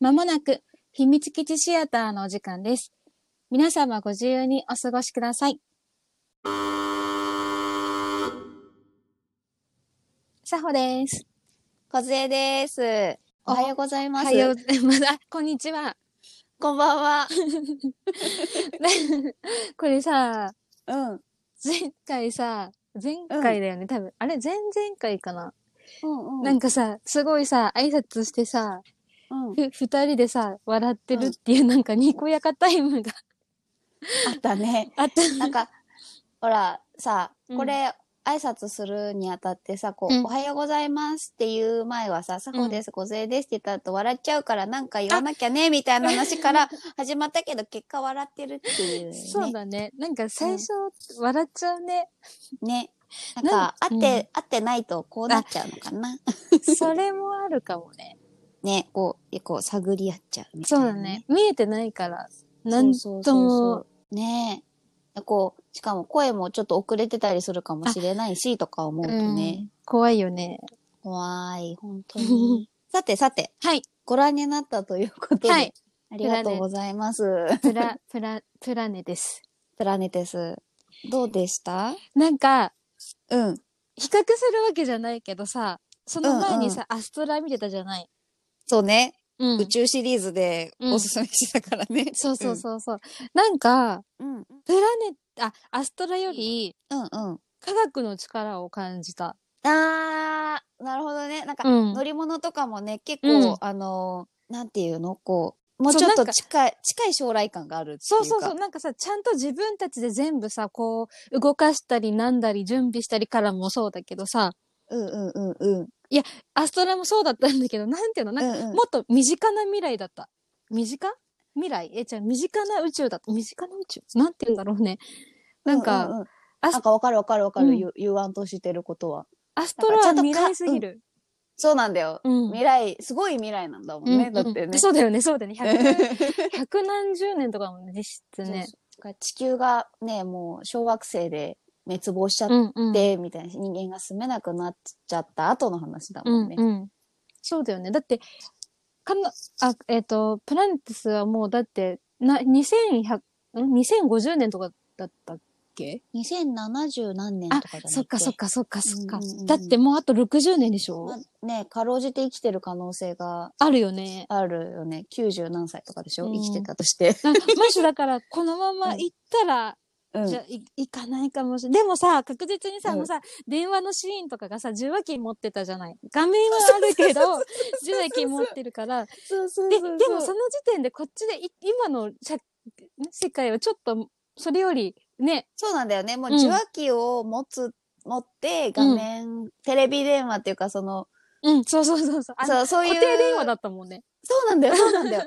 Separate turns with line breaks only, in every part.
まもなく秘密基地シアターのお時間です。皆様ご自由にお過ごしください。さほです。
こずえです。おはようござい
お
ます。
はようございます。あこんにちは。
こんばんは。
これさ、
うん。うん
前回さ、前回だよね、多分。あれ、前々回かな、
うん。
なんかさ、すごいさ、挨拶してさ、
うん、
ふ二人でさ、笑ってるっていう、なんかにこやかタイムが
あったね。
あった。
なんか、ほら、さ、
うん
これ、挨拶するにあたってさ、こう、
うん
おはようございますっていう前はさ、さほです、ごぜえですって言った後笑っちゃうから、なんか言わなきゃね、みたいな 話から始まったけど、結果笑ってるっていう、ね。
そうだね。なんか最初、笑っちゃうね。
ね。なん
なん
か、
う
会
ん
って、会ってないと、こうなっちゃうのかな。
それもあるかもね。
ね、こう、こう、探り合っちゃうみたい
そう
な、
だね。見えてないから、なん
そ
と
うそうそ
も
うそうねえ。こう、しかも声もちょっと遅れてたりするかもしれないし、とか思うと
う
ね。
ん怖いよね。
怖い、本当 に。さてさて、
はい。
ご覧になったということで、
はい
ありがとうございます。
プラ、 プラ、プラネです。
プラネテス。どうでした
なんか、
うん。
比較するわけじゃないけどさ、その前にさ、アストラ見てたじゃない。
そうね、
うん
宇宙シリーズで
うん
おすすめしたからね。
そうそうそうそう。なんか、
うん。うん。
プラネ、あ、アストラより
うんうん。
科学の力を感じた。
あー、なるほどね。なんか、
うん
乗り物とかもね、結
うん
構、あのー、なんていうのこう、もう
そう
ちょっ
な
と
んか
近い、近い将来感があるっていう
そ
か。
うそうそう。なんかさ、ちゃんと自分たちで全部さ、こう、動かしたり、なんだり、準備したりからもそうだけどさ、
うんうんうんうん。
アストラもそうだったんだけど、 なんていうのなんか、
うんうん
もっと身近な未来だった。身近未来え、じゃあ身近な宇宙だった。身近な宇宙なんて言うんだろうね。なんか、
ううう
あ
なんかわかるわかるわかる、
うん
言う言わんとしてることは。
アストラは
なんかちゃんとか
未来すぎる。
そうなんだよ。
うん。
未来、すごい未来なんだもん
うん
ね。だって
うん
ね。
そうだよね、そうだよね。100 百何十年とかもね、実質ね。
そう地球がね、もう小惑星で滅亡しちゃっ
うんうん
て、みたいな、人間が住めなくなっちゃった後の話だもんね。
うんうん、そうだよねだってかなあえっ、とプラネテスはもうだってな2100ん2050年とかだったっけ
2070何年と
あ
かじゃない
そっかそっ
か。
かそっかそっか、
うんうんうん
だってもうあと60年でしょ、
まあね、かろうじて生きてる可能性が
あるよね
あるよね。90何歳とかでしょ、
うん
生きてたとして。
なん かマジだからこのまま行ったら、
うん。
じゃい行かないかもしれないでもさ確実にさ、
うん
あのさ電話のシーンとかがさ受話器持ってたじゃない画面はあるけ ど受話器持ってるから
そうそう
で、
そう
でもその時点でこっちでい今の社世界はちょっとそれよりね、
そうなんだよね。もう
うん
受話器を持つ、持って画面、テレビ電話っていうかその、
うん、そうそうそうそう。あの
そう、そういう。
固定電話だったもんね。
そ うなんだよ、そうなんだよ。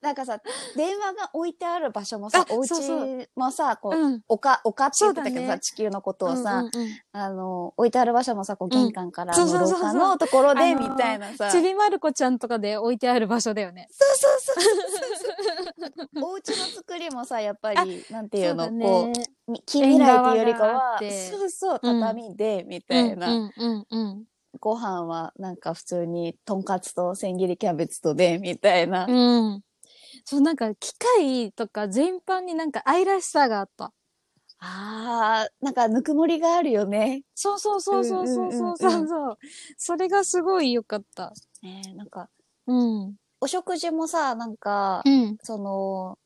なんかさ、電話が置いてある場所もさ
あ、
お家
そうそ
もさ、こう、
うん。
丘、丘って言ってたけ
そう
ど
だ
さ、
ね
地球のことをさ、
うんうんうん
あの、置いてある場所もさ、こ
う
う、
ん
玄関から
そう
の
そうそう
廊
そう
下のところ
あ
で、
のー
みたいなさ。
ちびまる子ちゃんとかで置いてある場所だよね。
そうそうそうそう そう。お家の作りもさ、やっぱり、なんていう
そ
の、
だね
こう、み近未来っていうより
縁
か
側があっ
は
て、
そうそう、
うん
畳で、みたいな。
うんうんうん
ご飯はなんか普通にとんかつと千切りキャベツとでみたいな、
うん。うん。そう、なんか機械とか全般になんか愛らしさがあった。
あーなんかぬくもりがあるよね
そうそうそうそうそうそう
うんうん
そううそう。それがすごい良かった。
ねえなんか
うん。
お食事もさなんか、
うん。
その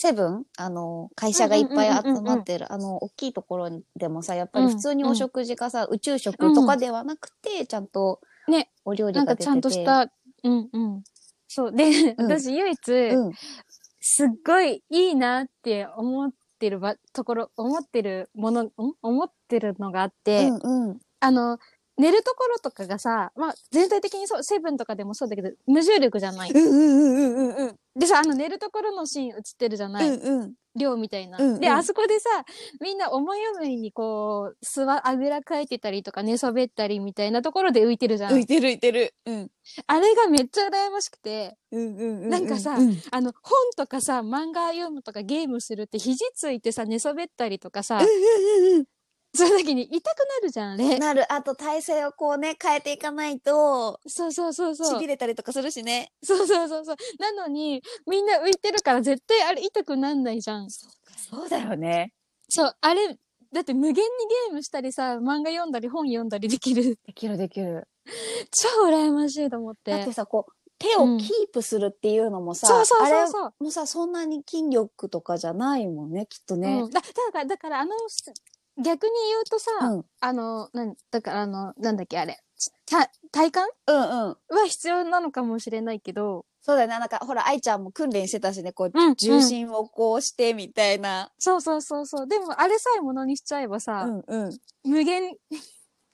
セブンあの会社がいっぱい集まってるあの大きいところでもさやっぱり普通にお食事がさ、宇宙食とかではなくて、ちゃんと
ね
お料理
な
が
んか
出てて
ちゃんとした、うんうん。そう。で、
うん
私唯一、
うん
すっごいいいなって思ってるば、ところ、思ってるもの、ん思ってるのがあって、
うんうん
あの、寝るところとかがさ、まあ、全体的にそう、セブンとかでもそうだけど、無重力じゃない。
うんうんうんうんうん
でさ、あの寝るところのシーン映ってるじゃない、
うんうん
寮みたいな。
うんうん
で、あそこでさ、みんな思い思いにこう、座、あぐらかいてたりとか寝そべったりみたいなところで浮いてるじゃん。
浮いてる浮いてるうん
あれがめっちゃ羨ましくて、
うんうんうう
なんかさ
うん
あの、本とかさ、漫画読むとかゲームするって、肘ついてさ、寝そべったりとかさ、
うんうんうん
その時に痛くなるじゃん、あれ。
なる。あと体勢をこうね、変えていかないと、
そうそうそうそう。
ちぎれたりとかするしね。
そうそうそうそう。なのに、みんな浮いてるから絶対あれ痛くなんないじゃん。
そうだよね。
そう、あれ、だって無限にゲームしたりさ、漫画読んだり本読んだりできる。
できるできる。
超羨ましいと思って。
だってさ、こう、手をキープするっていうのもさ、
そうそう
あれ
そうそう。
もさ、そんなに筋力とかじゃないもんね、きっとね。
うんだだから、だからあの、す逆に言うとさ、
うん。うん
あの、なん、だからあの、なんだっけ、あれ。た体幹
うん。
は必要なのかもしれないけど。
そうだよね。なんか、ほら、愛ちゃんも訓練してたしね、こう、
うん
重心をこうしてみたいな。
そうそうそうそう。でも、あれさえものにしちゃえばさ、
んうん。
無限、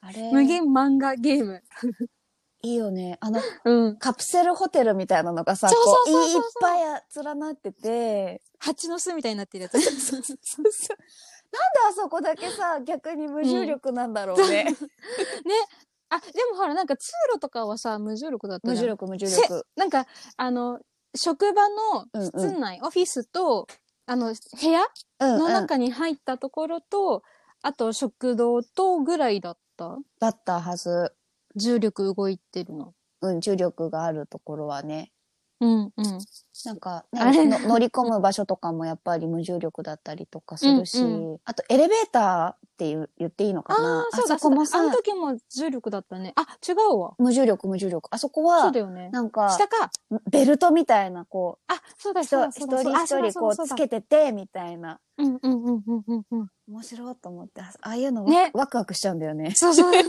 あれ
無限漫画ゲーム。
いいよね。 あの、
うん。
カプセルホテルみたいなのがさ、
そう
こ
そうそう
い
そ
っ
うそう
ぱい連なってて、
蜂の巣みたいになってるやつ。そうそうそうそう。
なんであそこだけさ、逆に無重力なんだろうね。
あ、でもほら、なんか通路とかはさ、無重力だった
無
じゃ
重
ん。
力、無重
せ
力。
なんか、あの、職場の
うんうん
室内、オフィスと、あの、部屋
うん、
の
うん。
中に入ったところと、あと食堂とぐらいだった。
だったはず。
重力動いてるの。
うん、重力があるところはね。
うんうん。
なんか、
あれ
ね、の乗り込む場所とかもやっぱり無重力だったりとかするし、
うん
あとエレベーターって言う言っていいのか
あ
な
あ、そうだ、
こ
そう
も
だ。
さ
あの、時も重力だったね。あ、違うわ。
無重力無重力。あそこ
そう
は
だ、よね。
なんか、
下か。
ベルトみたいな、こ
あ、そうだ、
う、
そう
人
だ、
一
そうだ。
人一
そうだ
人こうつ。けてて、みたいな。
そうだそうだうんうんうんうんうんうん。
面白いと思って、あああいうの
ね
ワクワクしちゃうんだよね。
そうそう。あれ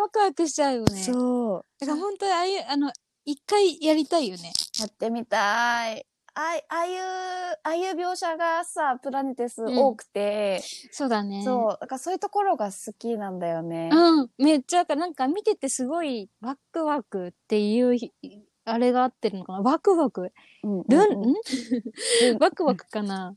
ワクワクしちゃうよね。
そう。
だから本当にああいう、あの、一回やりたいよね。
やってみたい。あいああいう、ああいう描写がさ、プラネテス
うん
多くて、
そうだね。
そう、だからそういうところが好きなんだよね。
うん。めっちゃ、だからなんか見ててすごいワクワクっていうひ、あれが合ってるのかなワクワク
うん
ルン、
うん
ん ワクワクかな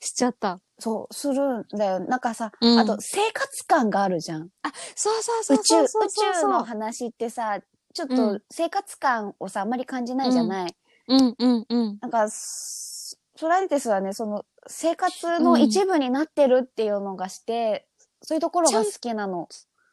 しちゃった。
そう、するんだよ。なんかさ、
うん
あと生活感があるじゃん。
そうそうそ
宇
う
宙、
そう
宇
そうそう
宙の話ってさ、ちょっ
う
と
ん
生活感をさ、あんまり感じないじゃない。
うんうんうん。
なんか、スソラリテスはね、その生活の一部になってるっていうのがして、そういうところが好きなの。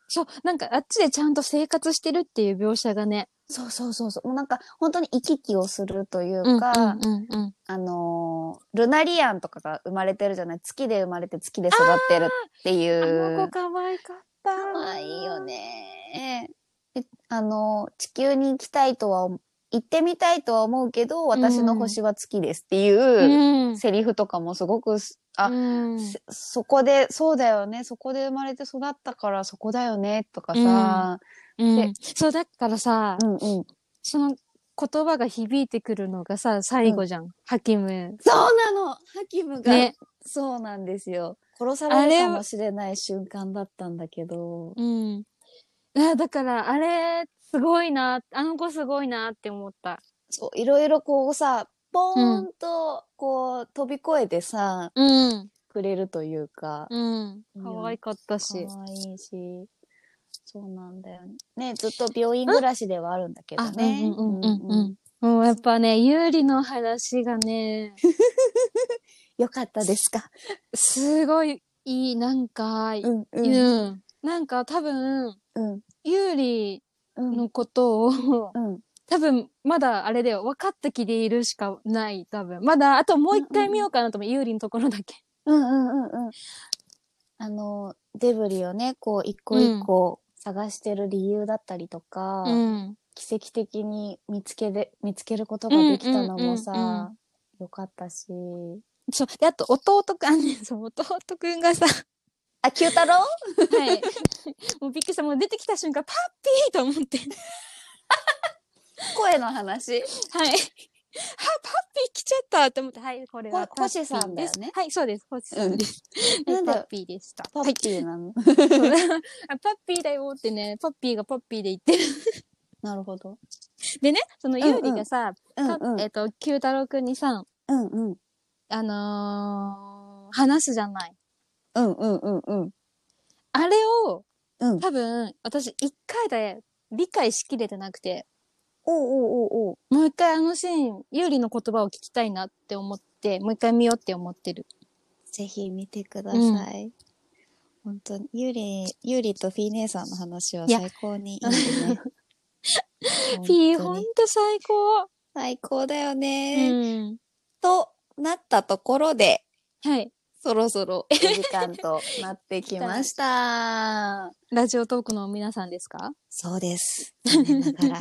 そう、なんかあっちでちゃんと生活してるっていう描写がね。
そうそうそうそう。もうなんか、本当に行き来をするという
うんうん
か、
うんうん。
あのールナリアンとかが生まれてるじゃない月で生まれて月で育ってるっていう。
あの子可愛かった。
可愛いよ。ね。であの、地球に行きたいとは思、行ってみたいとは思うけど、私の星は月ですって
う。
いうんセリフとかもすごくす、あ、
うん
せそこで、そうだよね、そこで生まれて育ったからそこだよね、とかさ、
うんそう、だからさ、
うん、うんうん
その言葉が響いてくるのがさ、最後じゃん。ハキム。
そうなのハキムが、
ね。
そうなんですよ。殺され
あ
る
れ
かもしれない瞬間だったんだけど、
うん。あだから、あれ、すごいな、あの子すごいなって思った。
そう、いろいろこうさ、ポーンと、こう、飛び越えてさ、
うん。
くれるというか、
うん。可愛かった
可
し。
愛いし。そうなんだよね。ね、ずっと病院暮らしではあるんだけどね。
あうんうんうんうんうん
うん
もうやっぱね、有利の話が ね、
よかったですか。
すごいいい、なんか、うん。
んうん
なんか多分、
うん
有利
うん
のことを、
うん。
多分、まだあれだよ、分かった気でいるしかない、多分。まだ、あともう一回見ようかなと思う、有利のところだけ。
うんうんうんうん。あの、デブリをね、こう、一個一個探してる理由だったりとか、
うん。
奇跡的に見つけで、見つけることができたのも
うんうんうん
さ、よかったし。
そう。で、あと、弟くん、あ、ね、 そう、弟くんがさ、
あ、九太郎
はい。 もうびっくりした。もう出てきた瞬間、パッピーと思って。
声の話。
はい。は、パッピー来ちゃったと思って、はい、これは
ほ
パッピーです。
星さんだよね
はい、そうです。星さん です。
うん
はい
なん
パ
だ
ッピーでした。
パッピーな
は
の。
いそう あパッピーだよってね、パッピーがパッピーで言ってる。
なるほど。
でね、その
んうん
ユーリがさ、
うん
パ
うん
えっ、と、九太郎くんにさ、
うんうん。
あのー話すじゃない。
うんうんうんうん。
あれを、
うん。
多分、私、一回で理解しきれてなくて、
おうおうおうおう。
もう一回あのシーン、ユーリの言葉を聞きたいなって思って、もう一回見ようって思ってる。
ぜひ見てくだ
うん
さい。本当に、ユーリ、ユーリとフィー姉さんの話はい
や
最高にいい よね。
フィー、
本
ほ
当
ん
に
と最高。
最高だよ
う
ね、
ん。
となったところで、
はい。
そろそろお時間となってき ました。
ラジオトークの皆さんですか
そうです。残念ながら。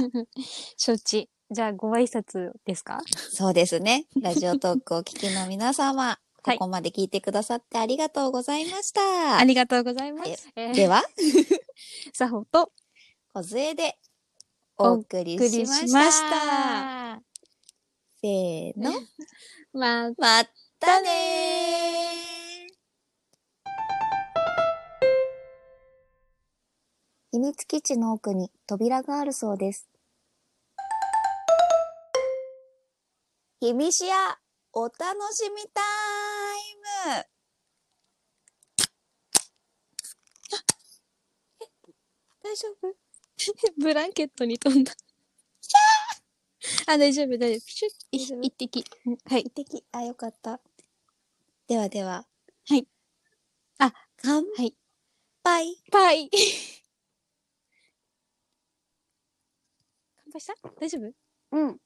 承知。じゃあ、ご挨拶ですか
そうですね。ラジオトークをお聞きの皆様、
は
こ
い
こまで聞いてくださってありがとうございました。
ありがとうございます。え
で
ー、
は、
サホと、
梢でお送りしま
お
した。
送りしました
せーの、
まあ、
まったねー秘密基地の奥に扉があるそうです。秘密屋、お楽しみタイム
大丈夫 ブランケットに飛んだ。 あ、大丈夫、大丈夫。シュッ、い一滴。はい。
的。あ、よかった。ではでは。
はい。あ、
乾
はい
杯。
パイ。乾杯した大丈夫
うん。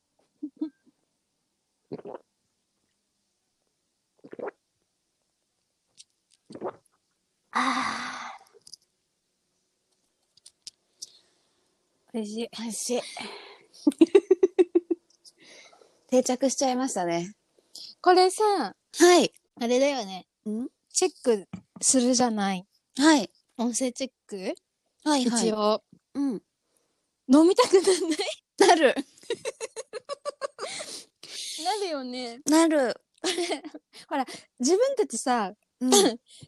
あ
美味しい。
ー、美味 しい。定着しちゃいましたね。
これさ、
はい。
あれだよね。
ん
チェックするじゃない。
はい。
音声チェック
はいは
一
い。
応。
うん。
飲みたくなんない
なる。
なるよね。
なる。
自分たちさ、
うん。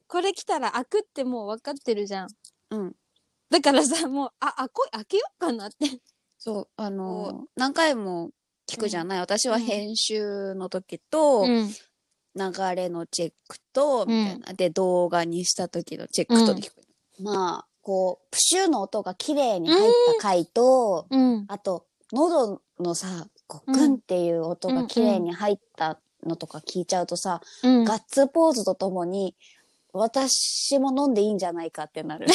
これ来たら開くってもう分かってるじゃん。
うん。
だからさ、もう、あ、あこ開けよっかなって。
そう、あの
こ
ー、何回も聞くじゃない。私は
うん
編集の時と、
ん。
流れのチェックと、
ん
みたいな。で、動画にした時のチェックとで聞く。まあ、こう、プシューの音が綺麗に入った回と、
うん。
あと、喉のさ、こうグンっていう音が綺麗に入ったのとか聞いちゃうとさ、
うん。
ガッツポーズとともに、私も飲んでいいんじゃないかってな る。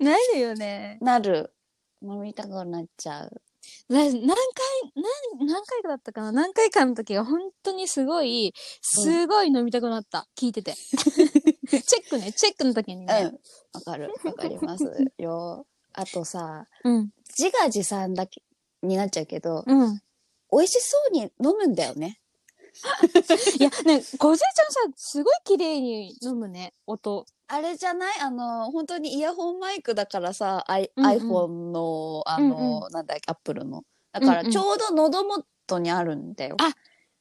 なるよね。
なる。飲みたくなっちゃう。
だ何回、何、何回かだったかな何回かの時が本当にすごい、すごい飲みたくなった。聞いて て。チェックね、チェックの時に
う
ね。
ん。わかる。わかりますよ。あとさ、
うん。
自画自賛だけ、になっちゃうけど、
うん。
美味しそうに飲むんだよね。
いや、ね、小杉ちゃんさ、すごい綺麗に飲むね、音。
あれじゃないあの、本当にイヤホンマイクだからさ、I
うんうん
iPhone の、あの、
うん
なんだっけ、Apple の。だから、
うんうん
ちょうど喉元にあるんだよ。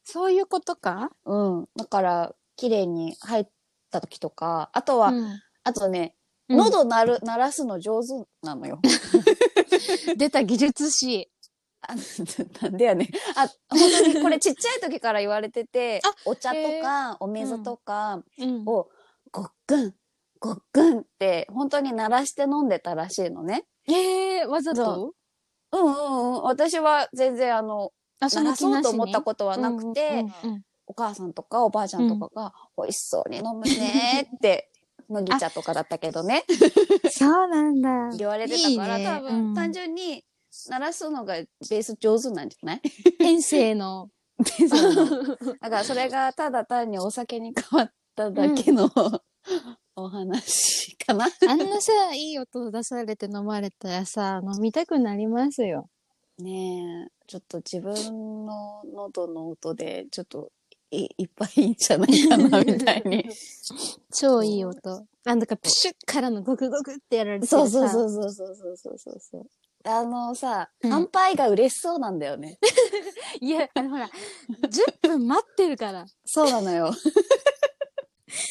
そういうことか
うん。だから、綺麗に入った時とか、あとは、
うん。
あとね、
喉、
喉鳴る、鳴らすの上手なのよ。
出た技術士。
あなんでやねん。あ、本当にこれちっちゃい時から言われてて
あ、
お茶と
へ
か、お水とか、
うん
をごっくんごっくんって本当に鳴らして飲んでたらしいのね。
ええー、わざと
うんうんうん。私は全然あの、
あ
鳴らそうと思った
こ
ことはなくて、
うんうん
お母さんとかおばあちゃんとかが、美味しそうに飲むね ーって、麦茶とかだったけどね、
うんそうなんだ。
言われてたから、
いいね
多分、
うん
単純に鳴らすのがベース上手なんじ ゃない
天性の。
だからそれがただ単にお酒に変わっただけの、お話かな。
あんなさ、いい音を出されて飲まれたらさ、飲みたくなりますよ。
ねえ、ちょっと自分の喉の音で、ちょっといいっぱいいいんじゃないかな、みたいに。
超いい音。あんだかプシュッからのゴクゴクってやられて
そうそう
う。
そうそうそうそうそうそうそう。あのさ、
うん
乾杯が嬉しそうなんだよね。
いや、あのほら、10分待ってるから。
そうなのよ。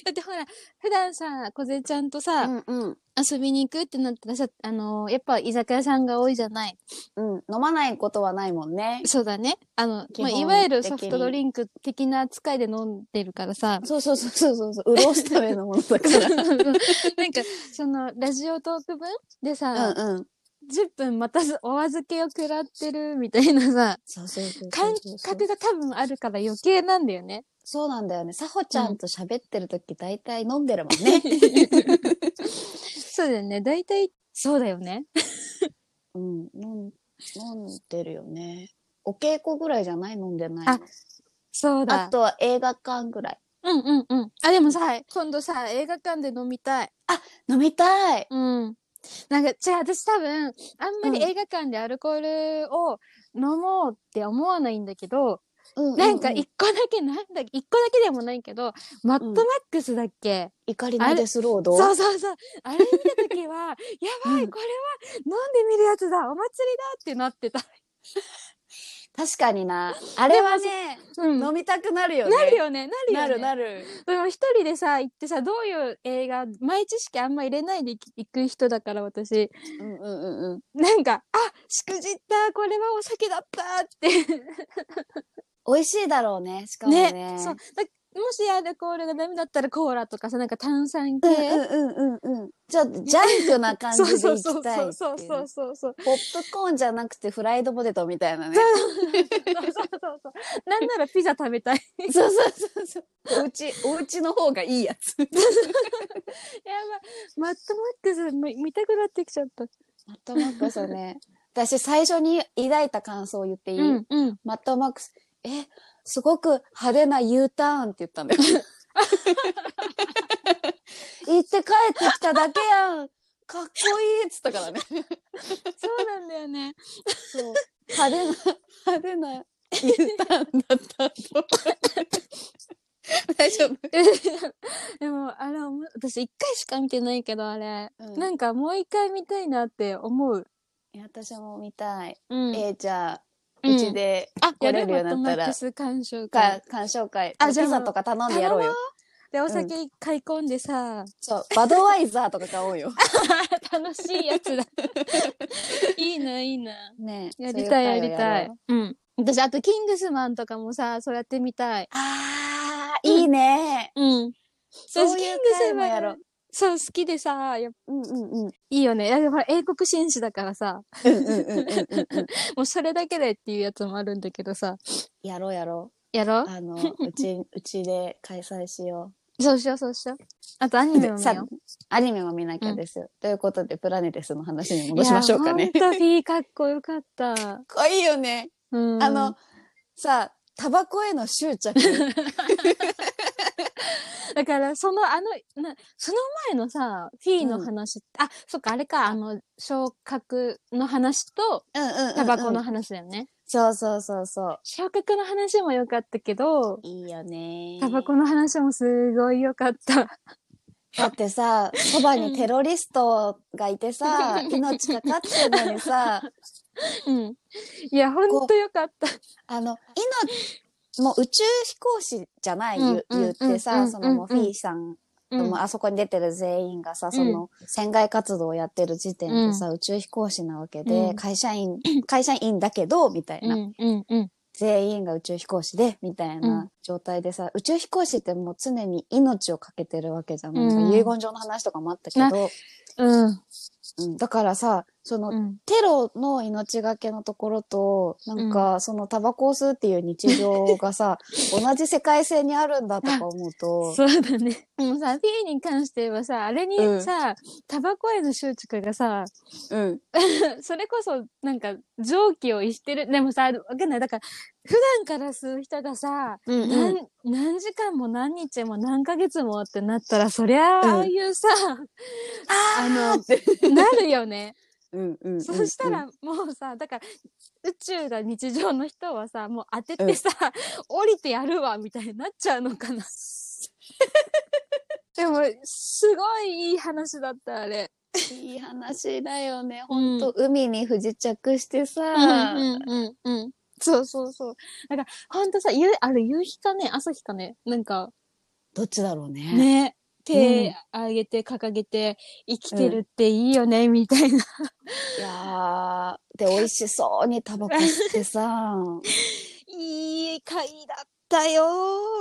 だってほら、普段さ、小瀬ちゃんとさ、
んうん。
遊びに行くってなったらさ、あのやっぱ居酒屋さんが多いじゃない。
うん、飲まないことはないもんね。
そうだね。あの、
基
まあ、
本的に
いわゆるソフトドリンク的な扱いで飲んでるから さ、
そうそうそうそうそうそう、潤すためのものだから。
なんか、その、ラジオトーク分でさ、
うんうん。
10分またずお預けを食らってるみたいなさ、
そうそうそうそうそう。
感覚が多分あるから余計なんだよね。
そうなんだよね。さほちゃんと喋ってる時、大体飲んでるもん ね。
そうだよね。大体、そうだよね。
うん、飲ん飲んでるよね。お稽古ぐらいじゃない飲んでないの
あそうだ。
あとは映画館ぐらい。
うんうんうん。あ、でもさ、今度さ、映画館で飲みたい。
飲みたい
うん。なんか、違う、私多分、あんまり
うん
映画館でアルコールを飲もうって思わないんだけど、
うう
なんか一個だけ、なんだ、一個だけでもないけど、マッドマックスだっけ、
怒りのデスロード
そうそうそう。あれ見たとき は、やばい、
うん
これは飲んでみるやつだ、お祭りだってなってた。
確か にな。あれはね、
うん。
飲みたくなるよね。
なるよね、なるよね。
なるなる。
でも一人でさ、行ってさ、どういう映画、前知識あんま入れないで行く人だから私、
うんうんうんうん。
なんか、あ、しくじった、これはお酒だったって。
美味しいだろうね、しかもね。
ね。そう。だもしアルコールがダメだったらコーラとかさ、なんか炭酸
う
系
ん。うんうんうんうん。ちょっとジャンクな感
そ
じ
う
で
そう
行
そう
きたいってい
そううそうそうそうそう。
ポップコーンじゃなくてフライドポテトみたいなね。
そうそうそうそう。なんならピザ食べたい。
そうそうそうそう。おうち、おうちの方がいいやつ。
やばい。マットマックス見見たくなってきちゃった。
マットマックスね。私最初に抱いた感想を言っていい、
うん うん。
マットマックス、え、すごく派手な U ターンって言ったんだよ。行って帰ってきただけやん。かっこいいっつったからね。
そうなんだよね。
そう派手な、派手な U ターンだったと。大丈夫、
でも、あれ、おも私一回しか見てないけど、あれ。
うん
なんかもう一回見たいなって思う。
いや私も見たい。
うん
えーじゃあ、
うん
うちで
あ、
来
や
れ
る
る
マ
よう
ッ
にな
トマッ
ったら
ク、ス鑑賞
か
会。
鑑賞会、
あ
ピ
じゃあ
ザとか頼んでやろ
頼
う
も
よ
う。で、お酒買い込んでさ、
そう、バドワイザーとか買おうよ。
楽しいやつだ。 いいな、いい な。
ねえ
やりたい、や
そうう会を
りた
ろ。
いううん。私、あと、キングスマンとかもさ、そうやってみたい。
あー、いいね。
うん。
そう
私
いう
キ
会
ングス
も
マン
やろう。
そう、好きでさ、やっぱ
うんうん うん。
いいよね。いやでもほら、英国紳士だからさ、
うんうんうんうんうん。
もうそれだけでっていうやつもあるんだけどさ、
やろうやろ
やろ
う。あの、うち、 うちで開催しよ
うそうしよう、そうしよう。あと、アニ
う。
メも見
さ
よう。
アニメも見なきゃですよ。ということで、プラネテスの話に戻しましょうかね。
いや
か
ほんと、B かっこよかった。
っこいいよね。
うん。
あの、、さ、タバコへの執着。
だから、その、あの、なその前のさ、フィーの話、あ、そっか、あれか、あの、昇格の話と、
うんうんうんうん
タバコの。話だよね。
そうそうそうそう。
昇格の話も良かったけど、
いいよね。
タバコの話もすごい良かった。
だってさ、そばにテロリストがいてさ、 命かかってんのにさ、
うん。いや、ほんと良かった。
あの、命、もう宇宙飛行士じゃない、
うん
言う
うん
言って
う
さ、
ん
そのもう
う
フ
ん
ィーさん、
うん
もうあそこに出てる全員がさ、その
う
船外活動をやってる時点でさ、宇宙飛行士なわけで、
うん
会社員、会社員だけど、みたいな、
うん、うん、うん。
全員が宇宙飛行士で、みたいうな状態でさ、宇宙飛行士ってもう常に命を懸けてるわけじゃん。なんか
うん
遺言状の話とかもあったけど、
うん。
うんだからさ、その、
うん。
テロの命がけのところと、なんか、そのタバコを吸うっていう日常が さ、同じ世界線にあるんだとか思うと、
そうだね。でもさ、フィーに関してはさ、あれに
うん
さ、タバコへの執着がさ、
うん。
それこそ、なんか、常軌を逸してる。でもさ、わかんない。だから、普段から吸う人がさ、
うんうん。
何、何時間も何日も何ヶ月もってなったら、そりゃ
うん
あ、ああいうさ、
あ
あの、なるよね。
うんうんうん。
そした、ら、もうさ、だから、宇宙が日常の人はさ、もう当ててさ、降りてやるわ、みたいになっちゃうのかな。 でも、すごいいい話だった、あれ。
いい話だよね。
う
ほ
ん
んと、海に不時着して
う
さ、
んうんうんうん。そうそうそう。なんか、ほんとさ、ゆあれ、夕日かね、朝日かね、なんか、
どっちだろうね。
ね、
う
手
ん
上げて掲げて、生きてるっていいよね、みたいな。
いやー、で、美味しそうにタバコ吸ってさ、
いい回だったよ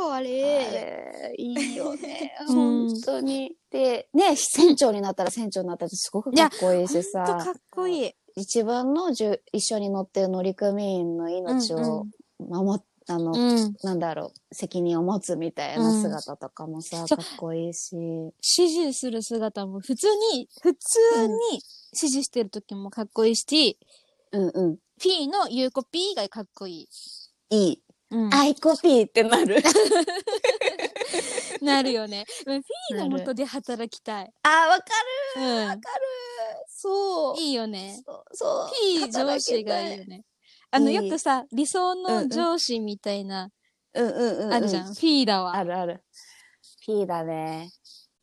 ー、あれ。
えいいよね
。うん
本当に。で、ね、船長になったら船長になったらすごくかっこいい
ほん
し
と
さ。
かっこいい。
自分のじゅ一緒に乗ってる乗組員の命を守っ、あの、
うん。
なんだろう、責任を持つみたいな姿とかもさ、
ん
かっこいいし。
指示する姿も普通に、普通に指示してる時もかっこいいし、
うんうん。
P のゆうこ P がかっこいい。
いい。
うん、
アイコピーってな る。
なるよね。うん、P の
なる
元で働きたい。
あー、わかる。
う
わかる。そ
ん。
う。
いいよね。
そうそう。
P 上司がいいよね。あの、
いい
よくさ、理想
うんう
の
ん
上司みたいな、
うんうんうん、うん。
あるじゃん。P だわ。
あるある。P だね。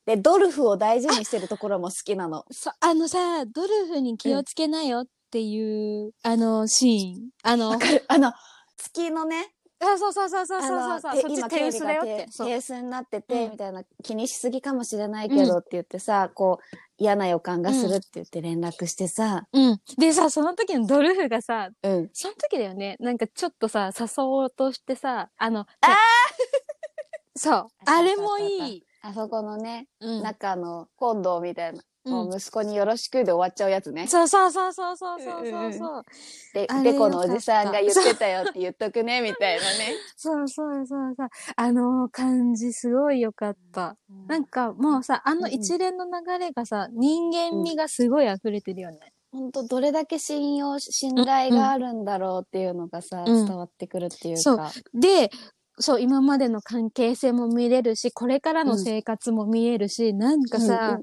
で、ドルフを大事にしてるところも好きなの。
そあのさ、ドルフに気をつけなよっていう、あの、シーン。あの、あ、
あの、月のね、
そうそうそうそうそうそう、
あの
そっ
手今
ち手薄だよっ
テレビ
て
が。手
そう
手薄になってて、
うん
みたいな、気にしすぎかもしれないけどって言ってさ、こう、嫌な予感がするって言って連絡してさ、
うん。でさ、その時のドルフがさ、
うん。
その時だよね。なんかちょっとさ、誘おうとしてさ、あの、
あー
そう。あれもいい。
あそこのね、
うん。
中の、今度みたいな、
う
も
ん
う息子によろしくで終わっちゃうやつね。
そうそうそうそうそうそうそう
うん
そう。
で
あ、れ
でこのおじさんが言ってたよって言っとくね、みたいなね。
そうそうそうそう。あの感じすごい良かった。なんかもうさ、あの一連の流れがさ、人間味がすごい溢れてるよね。
本当どれだけ信用、信頼があるんだろうっていうのがさ、
うん
伝わってくるっていうか。
そうで、そう、今までの関係性も見れるし、これからの生活も見えるし、なんかさ、
うんうん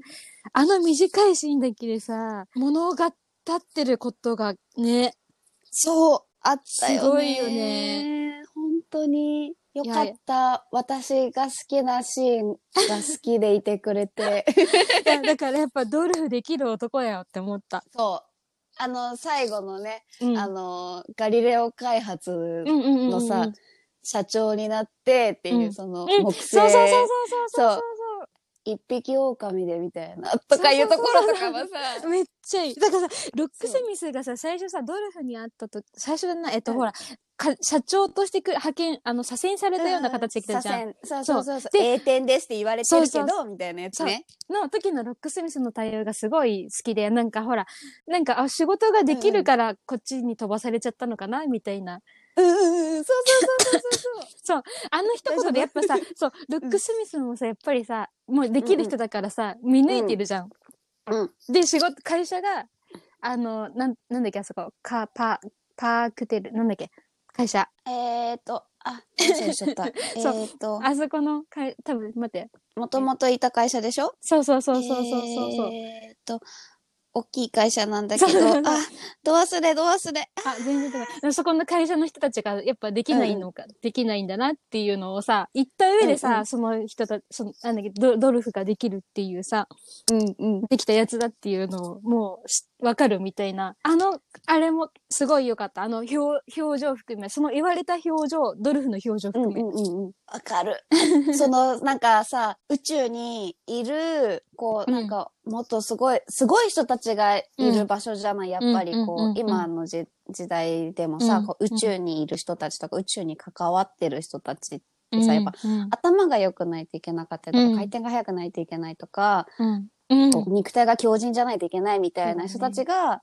あの短いシーンだけでさ、物が立ってることがね、
そう、あったよね。
すごいよね。
本当に。よかった。私が好きなシーンが好きでいてくれて。
いやだからやっぱドルフできる男だよって思った。
そう。あの、最後のね、
うん、
あの、ガリレオ開発
うんうんうんうん、
のさ、社長になってっていう、
うん
その、
うん
木星、
そうそうそうそうそうそう
一匹狼でみたいな、とかいうところとかもさ、
そう。めっちゃいい。だからさ、ロックスミスがさ、最初さ、ドルフに会ったと、最初じゃない、えっと、
うん
ほら、か社長としてく派遣、あの、左遷されたような形で来たじゃん。
ん。左遷そうそうそう。
そうで
A 点ですって言われてるけ
そうそ
ど、みたいなやつね。
の時のロックスミスの対応がすごい好きで、なんかほら、なんか、あ、仕事ができるからこっちに飛ばされちゃったのかなみたいな。
うんうんうん、そうそうそうそう そう。
あの一言でやっぱさ、そう、ロックスミスもさ、やっぱりさ、もうできる人だからさ、見抜いてるじゃん。
うん
で、仕事、会社が、あの、なん、なんだっけ、あそこ、カパ、パークテル、なんだっけ、会社。
えーと、あ、忘れちゃ った。えーと、
あそこの会、多分待って。
もともといた会社でしょ
そうそうそうそうそうそうそう。
えーと、大きい会社なんだけど
そう、
あ、ど忘れ、ど忘れ。
あ、全然だから。そこの会社の人たちがやっぱできないのか、できないんだなっていうのをさ、言った上でさ、
うんうん
その人たち、その、なんだっけド、ドルフができるっていうさ、
うんうん。
できたやつだっていうのをもうしわかるみたいな。あの、あれもすごい良かった。あの表、表情含め、その言われた表情、ドルフの表情
うん
含め。
うんうん。わかる。その、なんかさ、宇宙にいる、こう、
うん
なんか、もっとすごい、すごい人たちがいる場所じゃない、やっぱり
うんうんうん
こ
うん
う、今のじ時代でもさ、
うん
こう宇宙にいる人たちとか、宇宙に関わってる人たち
うん
さやっぱ、
うん
頭が良くないといけなかったりとか、
うん
回転が速くないといけないとか、
うん。うん。
こう肉体が強靭じゃないといけないみたい
うん
な人たちが、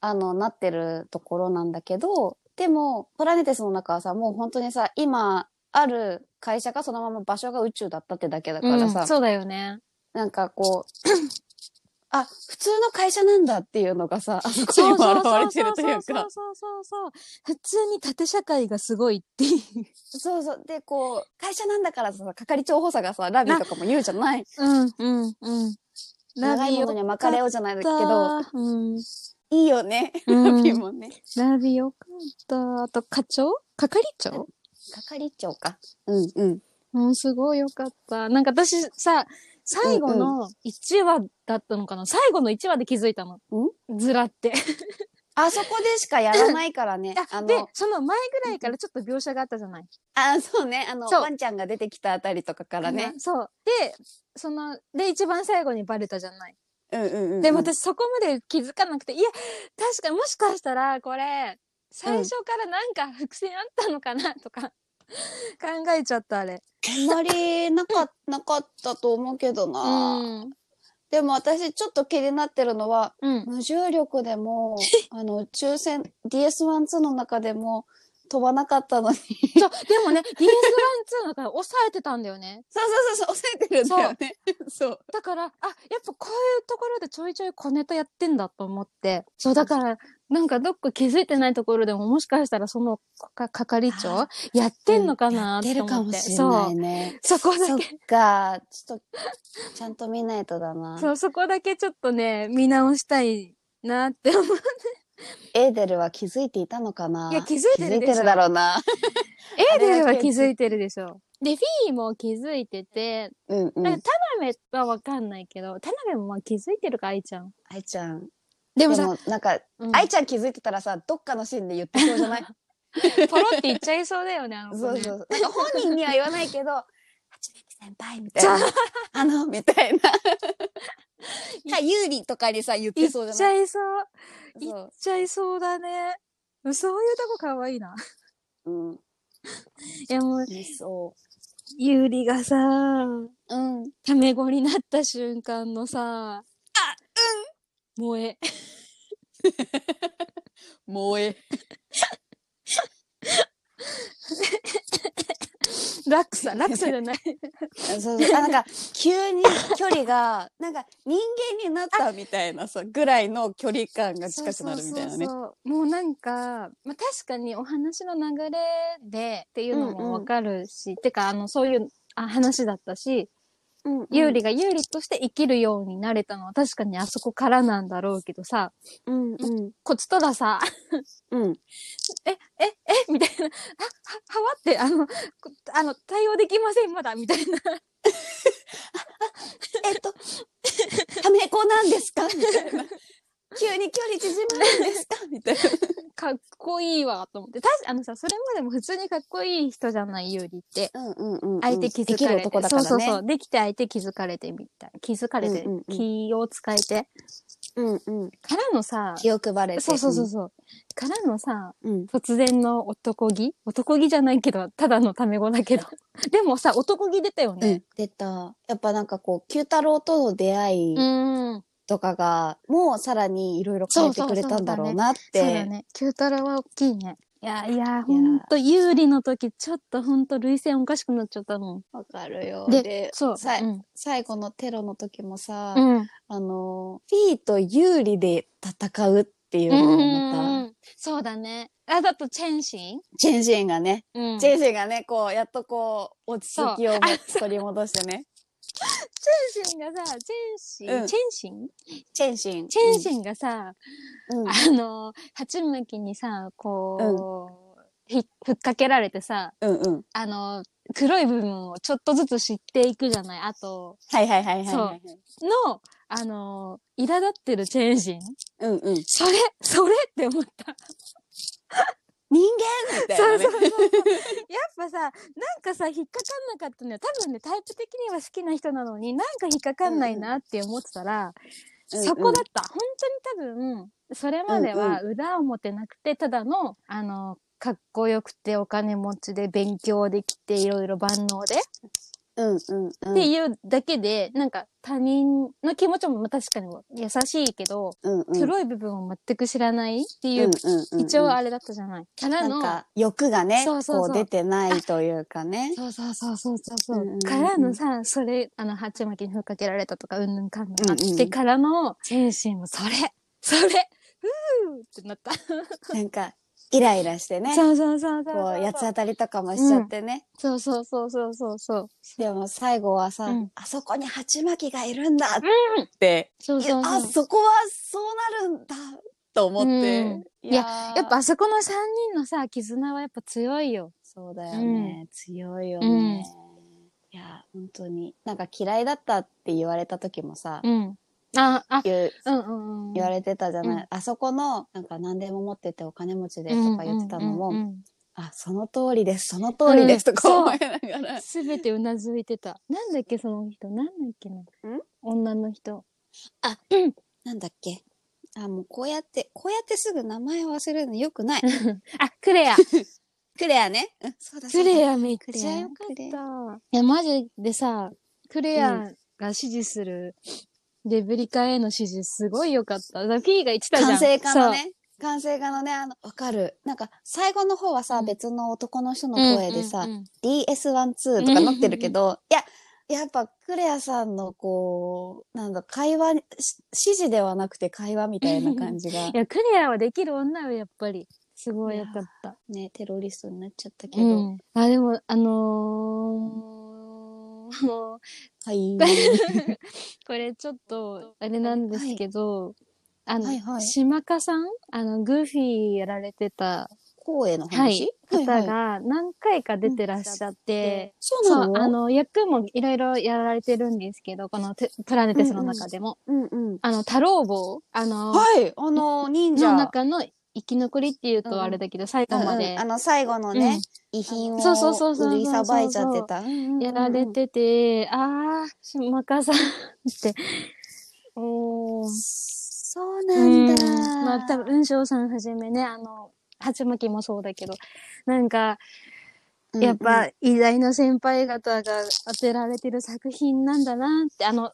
あの、なってるところなんだけど、でも、プラネテスの中はさ、もう本当にさ、今、ある会社がそのまま場所が宇宙だったってだけだからさ、
うんそうだよね。
なんかこう、 あ、普通の会社なんだっていうのがさ、あそこ
そ
に
うそう
も
そう
現れ
そ
て
う
るという
そう
か。
そうそうそう。普通に縦社会がすごいっていう。
そうそう。で、こう、会社なんだからさ、係長補佐がさ、ラビーとかも言うじゃない。
うん、うん、うん。
長いものには巻かれようじゃないけど、
た。うん。
いいよね。
うん
ラビーもね。
ラビよかった。あと、課長係長
係長か。うんうん。
うん、すごいよかった。なんか私さ、最後の1話だったのかな、最後の1話で気づいたの。ずらって。。
あそこでしかやらないからね あ
で
の、、
その前ぐらいからちょっと描写があったじゃない
あ、そうね。あの、
そう
ワンちゃんが出てきたあたりとかからね。
そう。で、その、で、一番最後にバレたじゃない
うんうんうん。
で、、私そこまで気づかなくて、いや、確かにもしかしたら、これ、最初からなんか伏線あったのかなとか、 考えちゃった、あれ。
あんまりなか、なかったと思うけどな。
うん。
でも私ちょっと気になってるのは、
うん。
無重力でも、あの、抽選、DS12 の中でも、飛ばなかったのに。 そう
そう、で もね、DS1、2だから抑えてたんだよね。
そうそうそう、抑えてるんだよね。そう。
だから、あ、やっぱこういうところでちょいちょい小ネタやってんだと思って。そう、だから、なんかどっか気づいてないところでももしかしたらそのか係長
あ
やってんのかなっ
やって
て
る
思って。
かもしれないね。
そう。そこ
そ
だ
っ
け、
か、ちょっと、ちゃんと見ないとだな。
そう、そこだけちょっとね、見直したいなって思う。
エーデルは気づいていたのかない
や、気づい
気
て
づ
る
い
で
て
しょ
る。だろう な。
エーデルは気づいてるでしょ。で、フィーも気づいてて、
うんう
なん
ん
か。田辺はわかんないけど、田辺もまあ気づいてるか、愛ちゃん。
愛ちゃん。
で
で
もさ、
も、なんか、
うん
愛ちゃん気づいてたらさ、どっかのシーンで言ってそうじゃない
ポロって言っちゃいそうだよね、あの子
そう
ね。
そうそう。なんか本人には言わないけど、はちみき先輩みたいな。 あの、みたい な。か、有利とかにさ、言ってそう
言
じ
っち
ゃない
ゃいそう。い
そ
ちゃいそうだね。そういうとこ可愛いな。
う。うん。
いやもう、
いそ
ゆうりがさ、
う。うん。
タメ語になった瞬間のさ、あうん萌え。
萌え。
落差、落差じゃない。
そうそう。あ、なんか、急に距離が、なんか、人間になったみたいなさ、ぐらいの距離感が近くなるみたいなね
そう。そうそうもうなんか、まあ、確かにお話の流れでっていうの
うんうん
もわかるし、てか、あの、そういうあ話だったし、
うんうん
ゆうりがゆうりとして生きるようになれたのは確かにあそこからなんだろうけどさ、
うんうん。
こっちとらさ、
うん。
え、え、え、みたいな、あ、は、はわって、あの、こあの、対応できません、まだ、みたいな。
えっと、ためこなんですかみたいな。急に距離縮まるんですかみたいな。
かっこいいわ、と思って。確かあのさ、それまでも普通にかっこいい人じゃない、ユーリって。
うんうんうんうん。
相手気づかれて。
できる男だからね。
そうそうそう。できて相手気づかれてみたい。気づかれて、
うんうんうん
気を使えて。
うんうん。
からのさ、
気を配れて。
そうそうそうそう。からのさ、
うん。
突然の男気男気じゃないけど、ただのタメ語だけど。 でもさ、男気出たよ
う
ね
ん。。出た。やっぱなんかこう、九太郎との出会い
うん。
とかが、もうさらにいろいろ変えてくれたんだろうなっ
そうだ
て。
ね。九太郎は大きいね。いやいや、
い
ほんと、有利の時、ちょっとほんと、類線おかしくなっちゃったもん。
わかるよ。
で
で、
そう。
さ
うん。
最後のテロの時もさ、
うん。
あの、フィーと有利で戦うっていうのもま
うんそうだね。あ、だと、チェンシン
た、チェンシンがね、
うん
チ
チェン
ェンシンがね、こう、やっとこう、落ち着きをも取り戻してね。
シンがさ、チェンシン、
うん
チェンシン
チェンシン。
チェンシンがさ、
ン。うん。
あの、鉢巻きにさ、こう、ひふっかけられてさ、
うんうん。
あの、黒い部分をちょっとずつ知っていくじゃない。あと、
はいはいはいはいはい。
の、あの、苛立ってるチェンシン
うんうん。
それそれって思った。
人間みたいな、ね。
そうそう やっぱさ、なんかさ、引っかかんなかったのよ。多分ね、タイプ的には好きな人なのに、なんか引っかかんないなって思ってたら、
うんうん
そこだった。本当に多分、それまでは裏表なくて、ただの、あの、かっこよくて、お金持ちで、勉強できて、いろいろ万能で、
うんうんう
っ
ん。
ていうだけで、なんか他人の気持ちもまあ確かに優しいけど、
うんうん、
黒い部分を全く知らないっていう、
い
一応あれだったじゃない。から
なん
の、
か欲がね
そうそうそう
こう出てないというかね。
そうそうそうそうそうそう、
うんうんうん
からのさ、それ、あの、鉢巻きにふっかけられたとか、うんぬんかんぬんあっ
うんう
て
ん
からの、精神もそれ、それ、ふーってなった。
なんかイライラしてね。
そうそうそうそう。
こう八つ当たりとかもしちゃってね。
そうそうそうそうそうそう。
でも最後はさ、
うん
あそこに鉢巻きがいるんだって、
そう
いや
そう
あ
そう。
そこはそうなるんだと思って。
うん
いー
やっぱあそこの3人のさ、絆はやっぱ強いよ。
そうだよね、強いよね。
うん
いや本当になんか嫌いだったって言われた時もさ、
うん。あ、あ、
言う
うんうんうん。
言われてたじゃない、
うん
あそこのなんか何でも持っててお金持ちで
て
とか言ってたのも、
も。
あその通りですその通りですとか
うん
思いなが ら、
すべてうなずいてた。なんだっけ、その人。なんだっけな。女の人。
なんだっけあもうこうやってこうやってすぐ名前忘れるのよくない
あ、クレア。
クレアね、うん、そうだ
ク
そうだ
レアめっ
クレア
ちゃよか
クレ
った。いや、マジでさ、クレ
う
アが支持するレブリカへの支持すごいよかった。だから P が言ってたじゃん。
完成かのね完成画のね、あの、わかる。なんか、最後の方はさ、
うん
別の男の人の声でさ、
うんうんうん
DS12 とかなってるけど、いや、やっぱ、クレアさんの、こう、なんだ、会話、し指示ではなくて会話みたいな感じが
い、や、クレアはできる女よ、やっぱり。すごいよかった。
ね、テロリストになっちゃったけ
け
ど、
ど、あ、でも、あのー、もう
はい。
これちょっと、あれなんですけど、あの、
はいはい
島香さんあの、グーフィーやられてた、
光栄の
は
話
い、方
はいはい
が何回か出てらっしゃって、
そう
そ
な
う、
の
あの、役もいろいろやられてるんですけど、このテプラネテスの中でも。
うんうん。
あの、太郎坊、あの、
はい、あの、忍者。
の中の生き残りっていう
うん
とあれだけど、最
う
後
んうん
まで
あの、最後のね、遺品を
そうそうそうそう
売りさばいちゃってた。
やられてて、あー、島川さんって。 おー。
そうなんだ。
うまあ多分、雲翔さんはじめね、あの、鉢巻きもそうだけど、なんか、やっ
うんうん
ぱ、偉大な先輩方が当てられてる作品なんだなって、あの、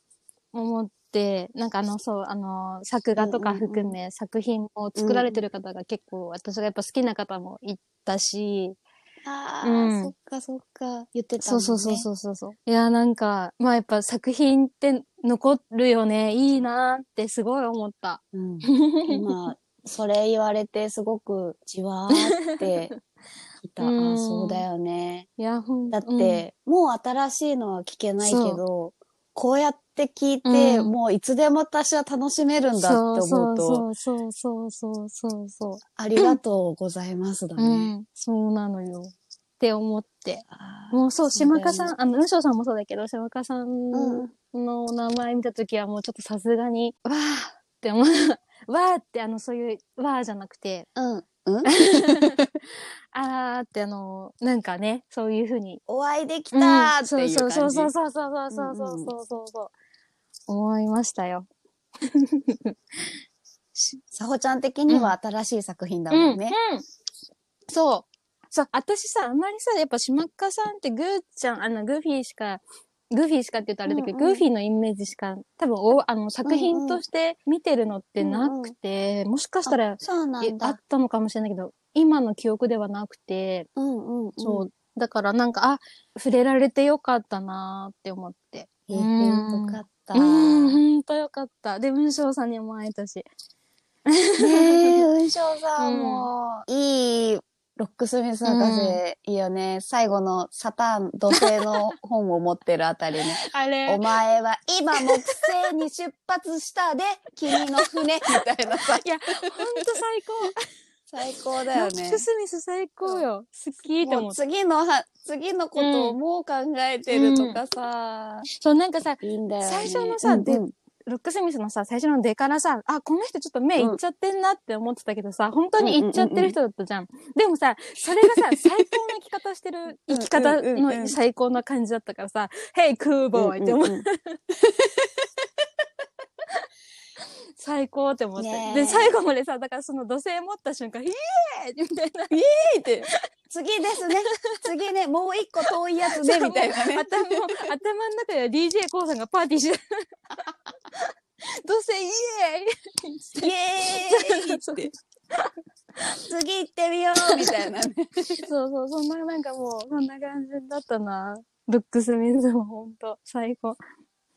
思って、なんかあの、そう、あの、作画とか含め、作品を作られてる方が結構、私がやっぱ好きな方もいたし、
ああ、
うん
そっかそっか。言ってた
そ
もん
う
ね。
そうそうそうそうそう。いや、なんか、まあやっぱ作品って残るよね、いいなってすごい思った。
うん。今、それ言われて、すごく、じわーってきた。あ
うん
ーそうだよね。
いや、ほん
だって、もう新しいのは聞けないけど、こうやって聞いて、
うん
もういつでも私は楽しめる
うんん
だって思うと、
そうそうそうそうそうそうそう
ありがとうございますだね。
うん、そうなのよ。って思って。
あー
もうそう、島香さん、
そう
あの、うんしょうさんもそうだけど、島香さん
だよね
のお名前見たときはもうちょっとさすがに、わーって思う。わーって、あの、そういう、わーじゃなくて、
うん。うん。うん、
あーって、あの、なんかね、そういうふうに
お会いできた
う
ー
ん
っていう感じ。
そうそうそうそうそうそうそうそうそうそう、思いましたよ。
さほちゃん的には新しい作品だもんね。
うんそう。そう、私さ、あんまりさ、やっぱ島っかさんってグーちゃん、あの、グーフィーしか、グーフィーしかって言うとあれだけど、
うんうん
グーフィーのイメージしか、多分お、あの、作品として見てるのってなくて、もしかしたら、
そうな
えあっ。たのかもしれないけど、今の記憶ではなくて、
うんうん。
そう。だからなんか、あ、触れられてよかったなーって思って。
えー、よかった。
う ん、
ね
ほんとよかった。で、文章さんにも会えたし。
え、うんしょうさ
うんん
もう、いい、ロックスミス博士、いいよね。最後のサタン土星の本を持ってるあたり ね。
あれ
お前は今木星に出発したで、君の船、みたいな さ。
いや、ほんと最高。
最高だ
ロ
よ
ッ
ね
ク。スミス最高よ。好きって
も
思
う
った。
次のは、次のことを
う
もう考えてるとかさ、
そう、なんかさ、
いいんだよね。
最初のさ
うん
で
うん
ロックスミスのさ、最初の出からさ、あ、この人ちょっと目いっちゃってんなって思ってたけどさ、本当にいっちゃってる人だったじゃん。でもさ、それがさ、 最高の生き方してる、
うん
生き方
うんうんうん
の最高な感じだったからさ、Hey, cool boy! って思う。
うんうん
最高って思って
ね。え
で、最後までさ、だからその土星持った瞬間、イエーイみたいな。
次ですね。次ね、もう一個遠いやつね、 みたいなね。
頭、頭の中では DJ コウさんがパーティー してどうせイ
イエーイ
エーイって。
次行ってみようみたいなね。
そうそう、そんな、なんかもう、そんな感じだったな。ルックスミスもほんと、最高。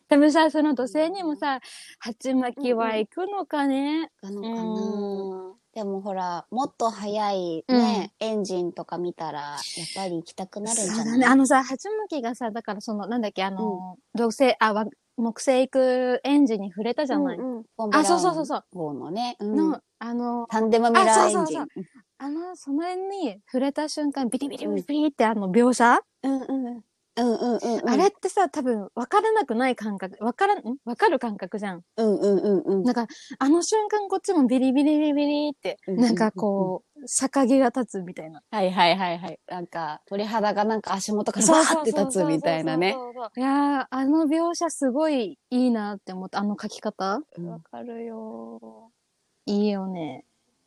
でもさ、その土星にもさ、鉢巻きは行くのかね。
なの
う
かなでもほら、もっと早いね、エンジンとか見たら、やっぱり行きたくなるんじ
そうだ
ゃない
ね。あのさ、鉢巻きがさ、だからその、なんだっけ、あの、土星、あ、わ木星行くエンジンに触れたじゃない。
うんうんフォン・
あ、
ブ
そ
ラ
うそうそう
ウ
そう。
ン号のね、うん
の、あの、
タンデムミラーエン
あそう
ジ
そう
ン
そ。あの、その辺に触れた瞬間、ビリビリビリビリってあの描写、
うんうんうんうんうんうん。
あれってさ、多分分からなくない感覚、分からん、ん分かる感覚じゃん。
うんうんうんうん。
なんか、あの瞬間こっちもビリビリビリビリって、
うんうんうんうん
なんかこう、逆毛が立つみたいな。
はいはいはいはい。なんか、鳥肌がなんか足元からバーって立つみたいなね。
そうそうそうそう。いやー、あの描写すごいいいなって思った。あの描き方
わかるよ
いいよね。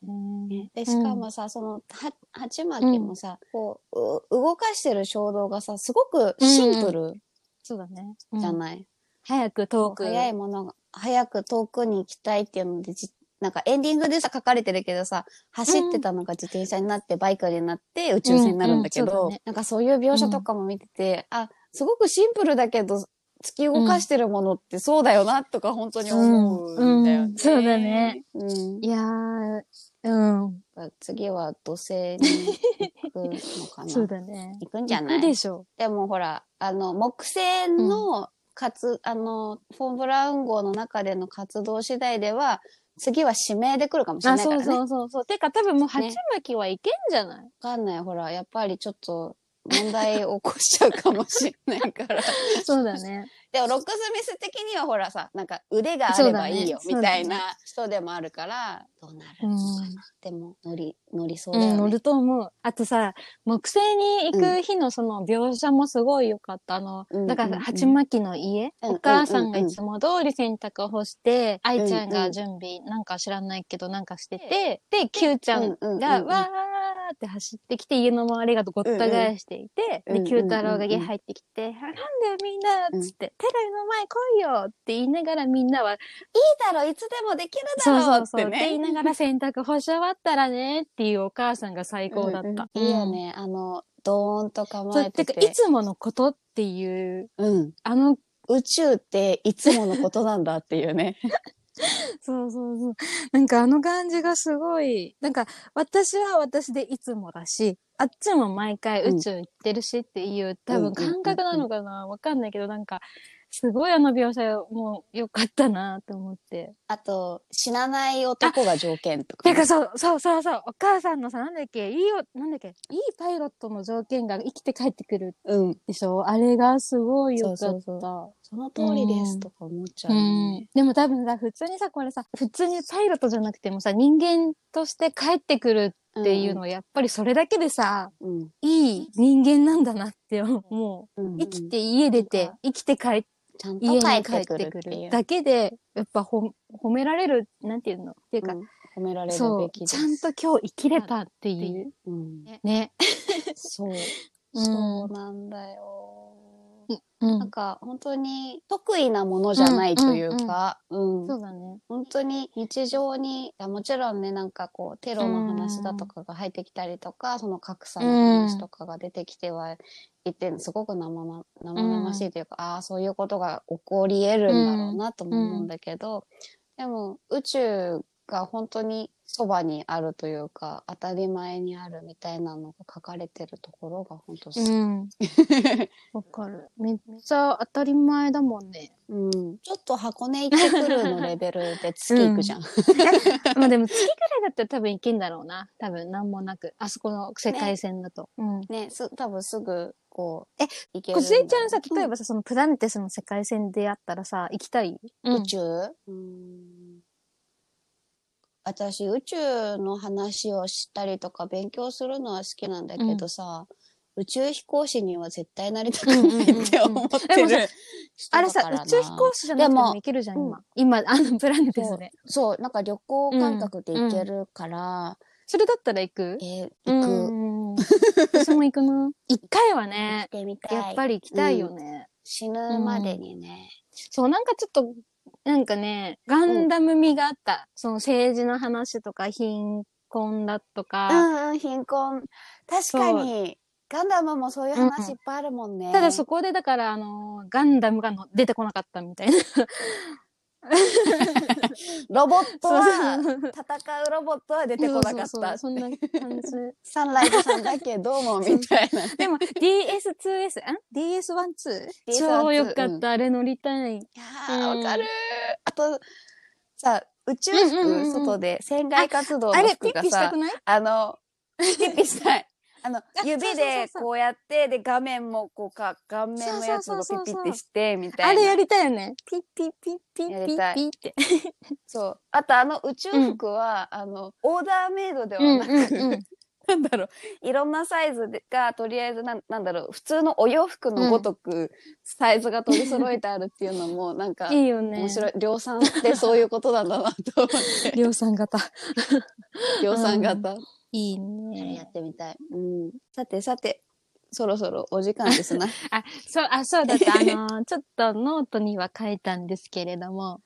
うん
ー。で、しかもさ、その、は、鉢巻きもさ、こうう、動かしてる衝動がさ、すごくシンプル
そうだね。
じゃ
うん
ない、
早く
こ
遠
う
く。
早いものが、早く遠くに行きたいっていうので、じなんかエンディングでさ、書かれてるけどさ、走ってたのが自転車になって、バイクになって、宇宙船になるんだけ
うんうんそ
ど、
うだね
なんかそういう描写とかも見てて、あ、すごくシンプルだけど、突き動かしてるものってそうだよな、とか本当に思うんだ
う
よね。
んうんそうだね。
うん。
いやー、うん、
次は土星に行くのか な。
そうだね。
行くんじゃない
行くでしょ。
でもほら、あの、木星の活、あの、フォン・ブラウン号の中での活動次第では、次は指名で来るかもしれ
あ、
ないか
そ
ら
う
ね。
そうそうそう。てか多分もう
ね
鉢巻きはいけんじゃない、
わかんない。ほら、やっぱりちょっと問題起こしちゃうかもしれな いから。
そうだね。
でも、ロックスミス的にはほらさ、なんか腕があ
そう
れ
だ
ば
ね
いいよ、
そう
み
だ
た
ね
いな人でもあるから、どうなる
う
の
ん
かな。でも、乗り、乗りそう
う
だよ
ん、
ね。
乗ると思う。あとさ、木星に行く日のその描写もすごい良かった。あの、
うん
だか
うんう
ら、
ん
鉢巻きの家、
うん
お母さんがいつも通り洗濯を干して、愛、ちゃんが準備、なんか知らないけどなんかしてて、で、キュウちゃん
うんうんうん
が、わーって走ってきて、家の周りがごった返していて、
うんうん
で、九太郎が家入ってきて、あなんだよみんな
うん
っつって、テレビの前来いよって言いながらみんなは、
いいだろ、いつでもできるだ
そう
ろ
そう
っ
そう、
て
って
ね。
言いながら洗濯干し終わったらねっていうお母さんが最高だった。
うんうんいいよね。あの、ドーンと構
そう。
えて
てか、
て。
いつものことっていう、
うん。
あの、
宇宙っていつものことなんだっていう ね。
そうそうそう。なんかあの感じがすごい、なんか私は私でいつもだし、あっちも毎回宇宙行ってるしっていう、多分感覚なのかなわかんないけど、なんか、すごいあの描写もう良かったなと思って。
あと、死なない男が条件とか
て
ね。
かそう、そうそうそう、お母さんのさ、なんだっけ、いいよ、なんだっけ、いいパイロットの条件が生きて帰ってくる
うん。
でしょあれがすごい良かった。
そうそうその通りですとか思っちゃう
う
よ
ん
ね。、
でも多分さ普通にさこれさ普通にパイロットじゃなくてもさ人間として帰ってくるっていうのはやっぱりそれだけでさ、
うん。
いい人間なんだなって思うも
うん。
う生きて家出て生きて帰
ちゃんと
家に
帰っ
帰って
く
て
る
く
ってい
る
う。
だけでやっぱほ褒められるなんていうのっていうか、
うん褒められる
そ
べ
う
き
ちゃんと今日生きれたって
て
いう
うん
ね。
そう。
うん
そうなんだよ。
うん
なんか、本当に得意なものじゃないというか、うん。
そうだね。
本当に日常に、あもちろんね、なんかこう、テロの話だとかが入ってきたりとか、その格差の話とかが出てきてはいて、すごく生ま、生々しいというか、ああ、そういうことが起こり得るんだろうなとも思うんだけど、でも宇宙が本当にそばにあるというか、当たり前にあるみたいなのが書かれてるところが本当す
うん。 わかる。めっちゃ当たり前だもんね。
うん、ちょっと箱根行ってくるのレベルで月行くじゃん。
まあでも月ぐらいだったら多分いけんだろうな。多分何もなく。あそこの世界線だと。うん。
ね、す、多分すぐ、こう、え、行け
これ
るだろう。
せいちゃんさ、例えばさ、そのプラネテスの世界線であったらさ、行きたい、
宇宙うん私宇宙の話をしたりとか勉強するのは好きなんだけどさ、宇宙飛行士には絶対なりたくないって思って
うんうんうんうんで
る人だからな。
あれさ、宇宙飛行士じゃなくても行けるじゃん、
でも
今。今、あの、プラネテスで。
そう、なんか旅行感覚で行けるから、
それだったら行く
えー
う
行く、
ん。私 も行くな。一回は
行っ
ね、
てみ
や
た
っ
い。
ぱり行きたいよね。
死ぬまでにね。
そう、なんかちょっと、なんかね、ガンダム味があった。その政治の話とか、貧困だとか。
うんうん、貧困。確かに、ガンダムもそういう
うん
話いっぱいあるもんね。
ただそこでだから、あのーガンダムがの出てこなかったみたいな。
ロボットは、
そうそう
戦うロボットは出てこなかっ
そうそうそう
た。
そんな感じ。
サンライズさんだけども、みたいな。
でも DS2S、ん ?DS12?
DS1
超良かった、あれ乗りたい。
いやー
うん
わかるー。あと、さ、宇宙
うんうんうんうん
服、外で、船外活動
あ
の
れ、ピ
服
ッ
が
ピした
さ
く、ない
あの、ピッピしたい。あ の、
そう
指
そうそう
で
そう
こうやって、で、画面もこうか、顔面のやつ
そう
を
そうそう
ピ
そう
ッピってして、みた
あ
いな。
れやりたいよね。ピッピッピッピッ
や
ピ
り
ッ
たい
ピッって。
そう。あと、あの、宇宙服は、あの、オーダーメイドでは
うん
な
うん
く、
うん。
なんだろう、いろんなサイズでが、とりあえずなん、なんだろう、普通のお洋服のごとく、サイズが取り揃えてあるっていうのも、なんか、
いいよね。
面白い。量産ってそういうことなんだなと思 って、
りょうさん型。
量産型。
いい
や
ね。
ってみたい。うん。さてさて、そろそろお時間で すな。
あ、そう、あ、そうだった。あのーちょっとノートには書いたんですけれども、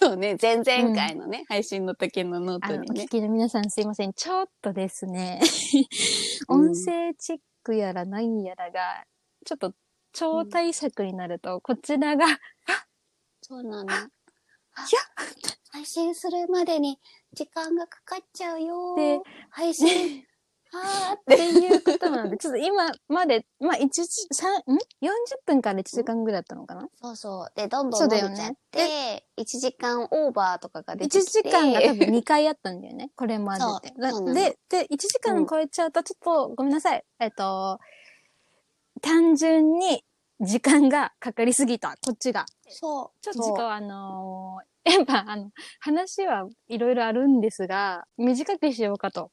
そうね、前々回のね、配信の時のノー
あ
ト
の、
に
お
ね
聞。きの皆さんすいません。ちょっとですね、
うん
音声チェックやら何やらが、ちょっと超対策になると、こちら が、
そうなの。いや配信するまでに時間がかかっちゃうよ
で
ー。配信、あーって
っていうことなんで、ちょっと今まで、まあ、1時、三ん ?40 分から1時間ぐらいだったのかな
そうそう。で、どんどん伸びちゃって、
そうだ
1時間オーバーとかが出
?1
てきて。
時間が多分2回あったんだよね。 これまでで
そうそうなの
で。で、1時間超えちゃうと、ちょっと、ごめんなさい。えっと、単純に時間がかかりすぎた。こっちが。
そう。
ちょっと
そう
時間はあのーやっぱあの、話はいろいろあるんですが、短くしようか と。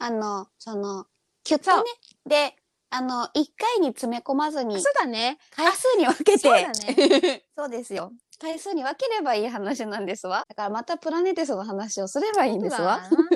あの、その、キュッとね。で、あの、1回に詰め込まずに
そう、だね。
回数に分けて。
そうだ
そうですよ。回数に分ければいい話なんですわ。だからまたプラネテスの話をすればいいんですわ。
そうだなっ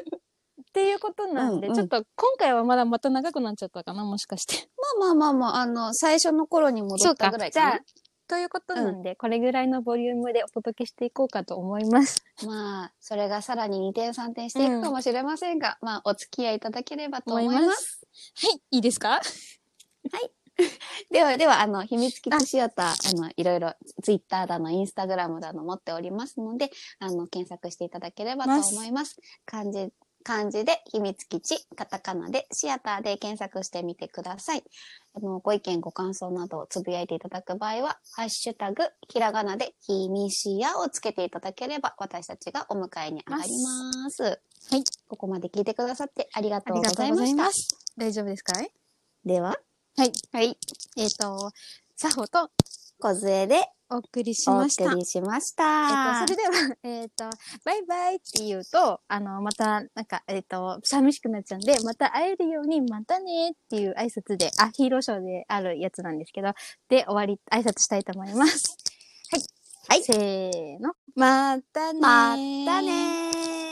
ていうことなんで、
うんうん
ちょっと今回はまだまた長くなっちゃったかな、もしかして。
まあまあまあまあ、あの、最初の頃に戻ったぐらい
じ
か
ゃ
な
あ。、ということなんで、これぐらいのボリュームでお届けしていこうかと思います。
まあ、それがさらに2点3点していくかもしれませんが、まあ、お付き合いいただければと思います。
思いまはい、いいですか
では、では、あの、秘密基地シアター、あの、いろいろ、ツイッターだの、インスタグラムだの持っておりますので、あの、検索していただければと思います。漢字、漢字で秘密基地、カタカナでシアターで検索してみてください。あの、ご意見、ご感想などをつぶやいていただく場合は、ハッシュタグ、ひらがなで、ひみしやをつけていただければ、私たちがお迎えに上がります。はい。ここまで聞いてくださってありがとうございました。
す。大丈夫ですかい
では、
はい。
はい。
えっ、と、作法と
小杖で、
お送りし
お
ました。
送りしまし
え
た。
っと、それでは、えっ、と、バイバイって言うと、あの、また、なんか、えっ、と、寂しくなっちゃうんで、また会えるように、またねっていう挨拶で、あ、ヒーローショーであるやつなんですけど、で、終わり、挨拶したいと思います。はい。
はい
せーの。またねー
またねー。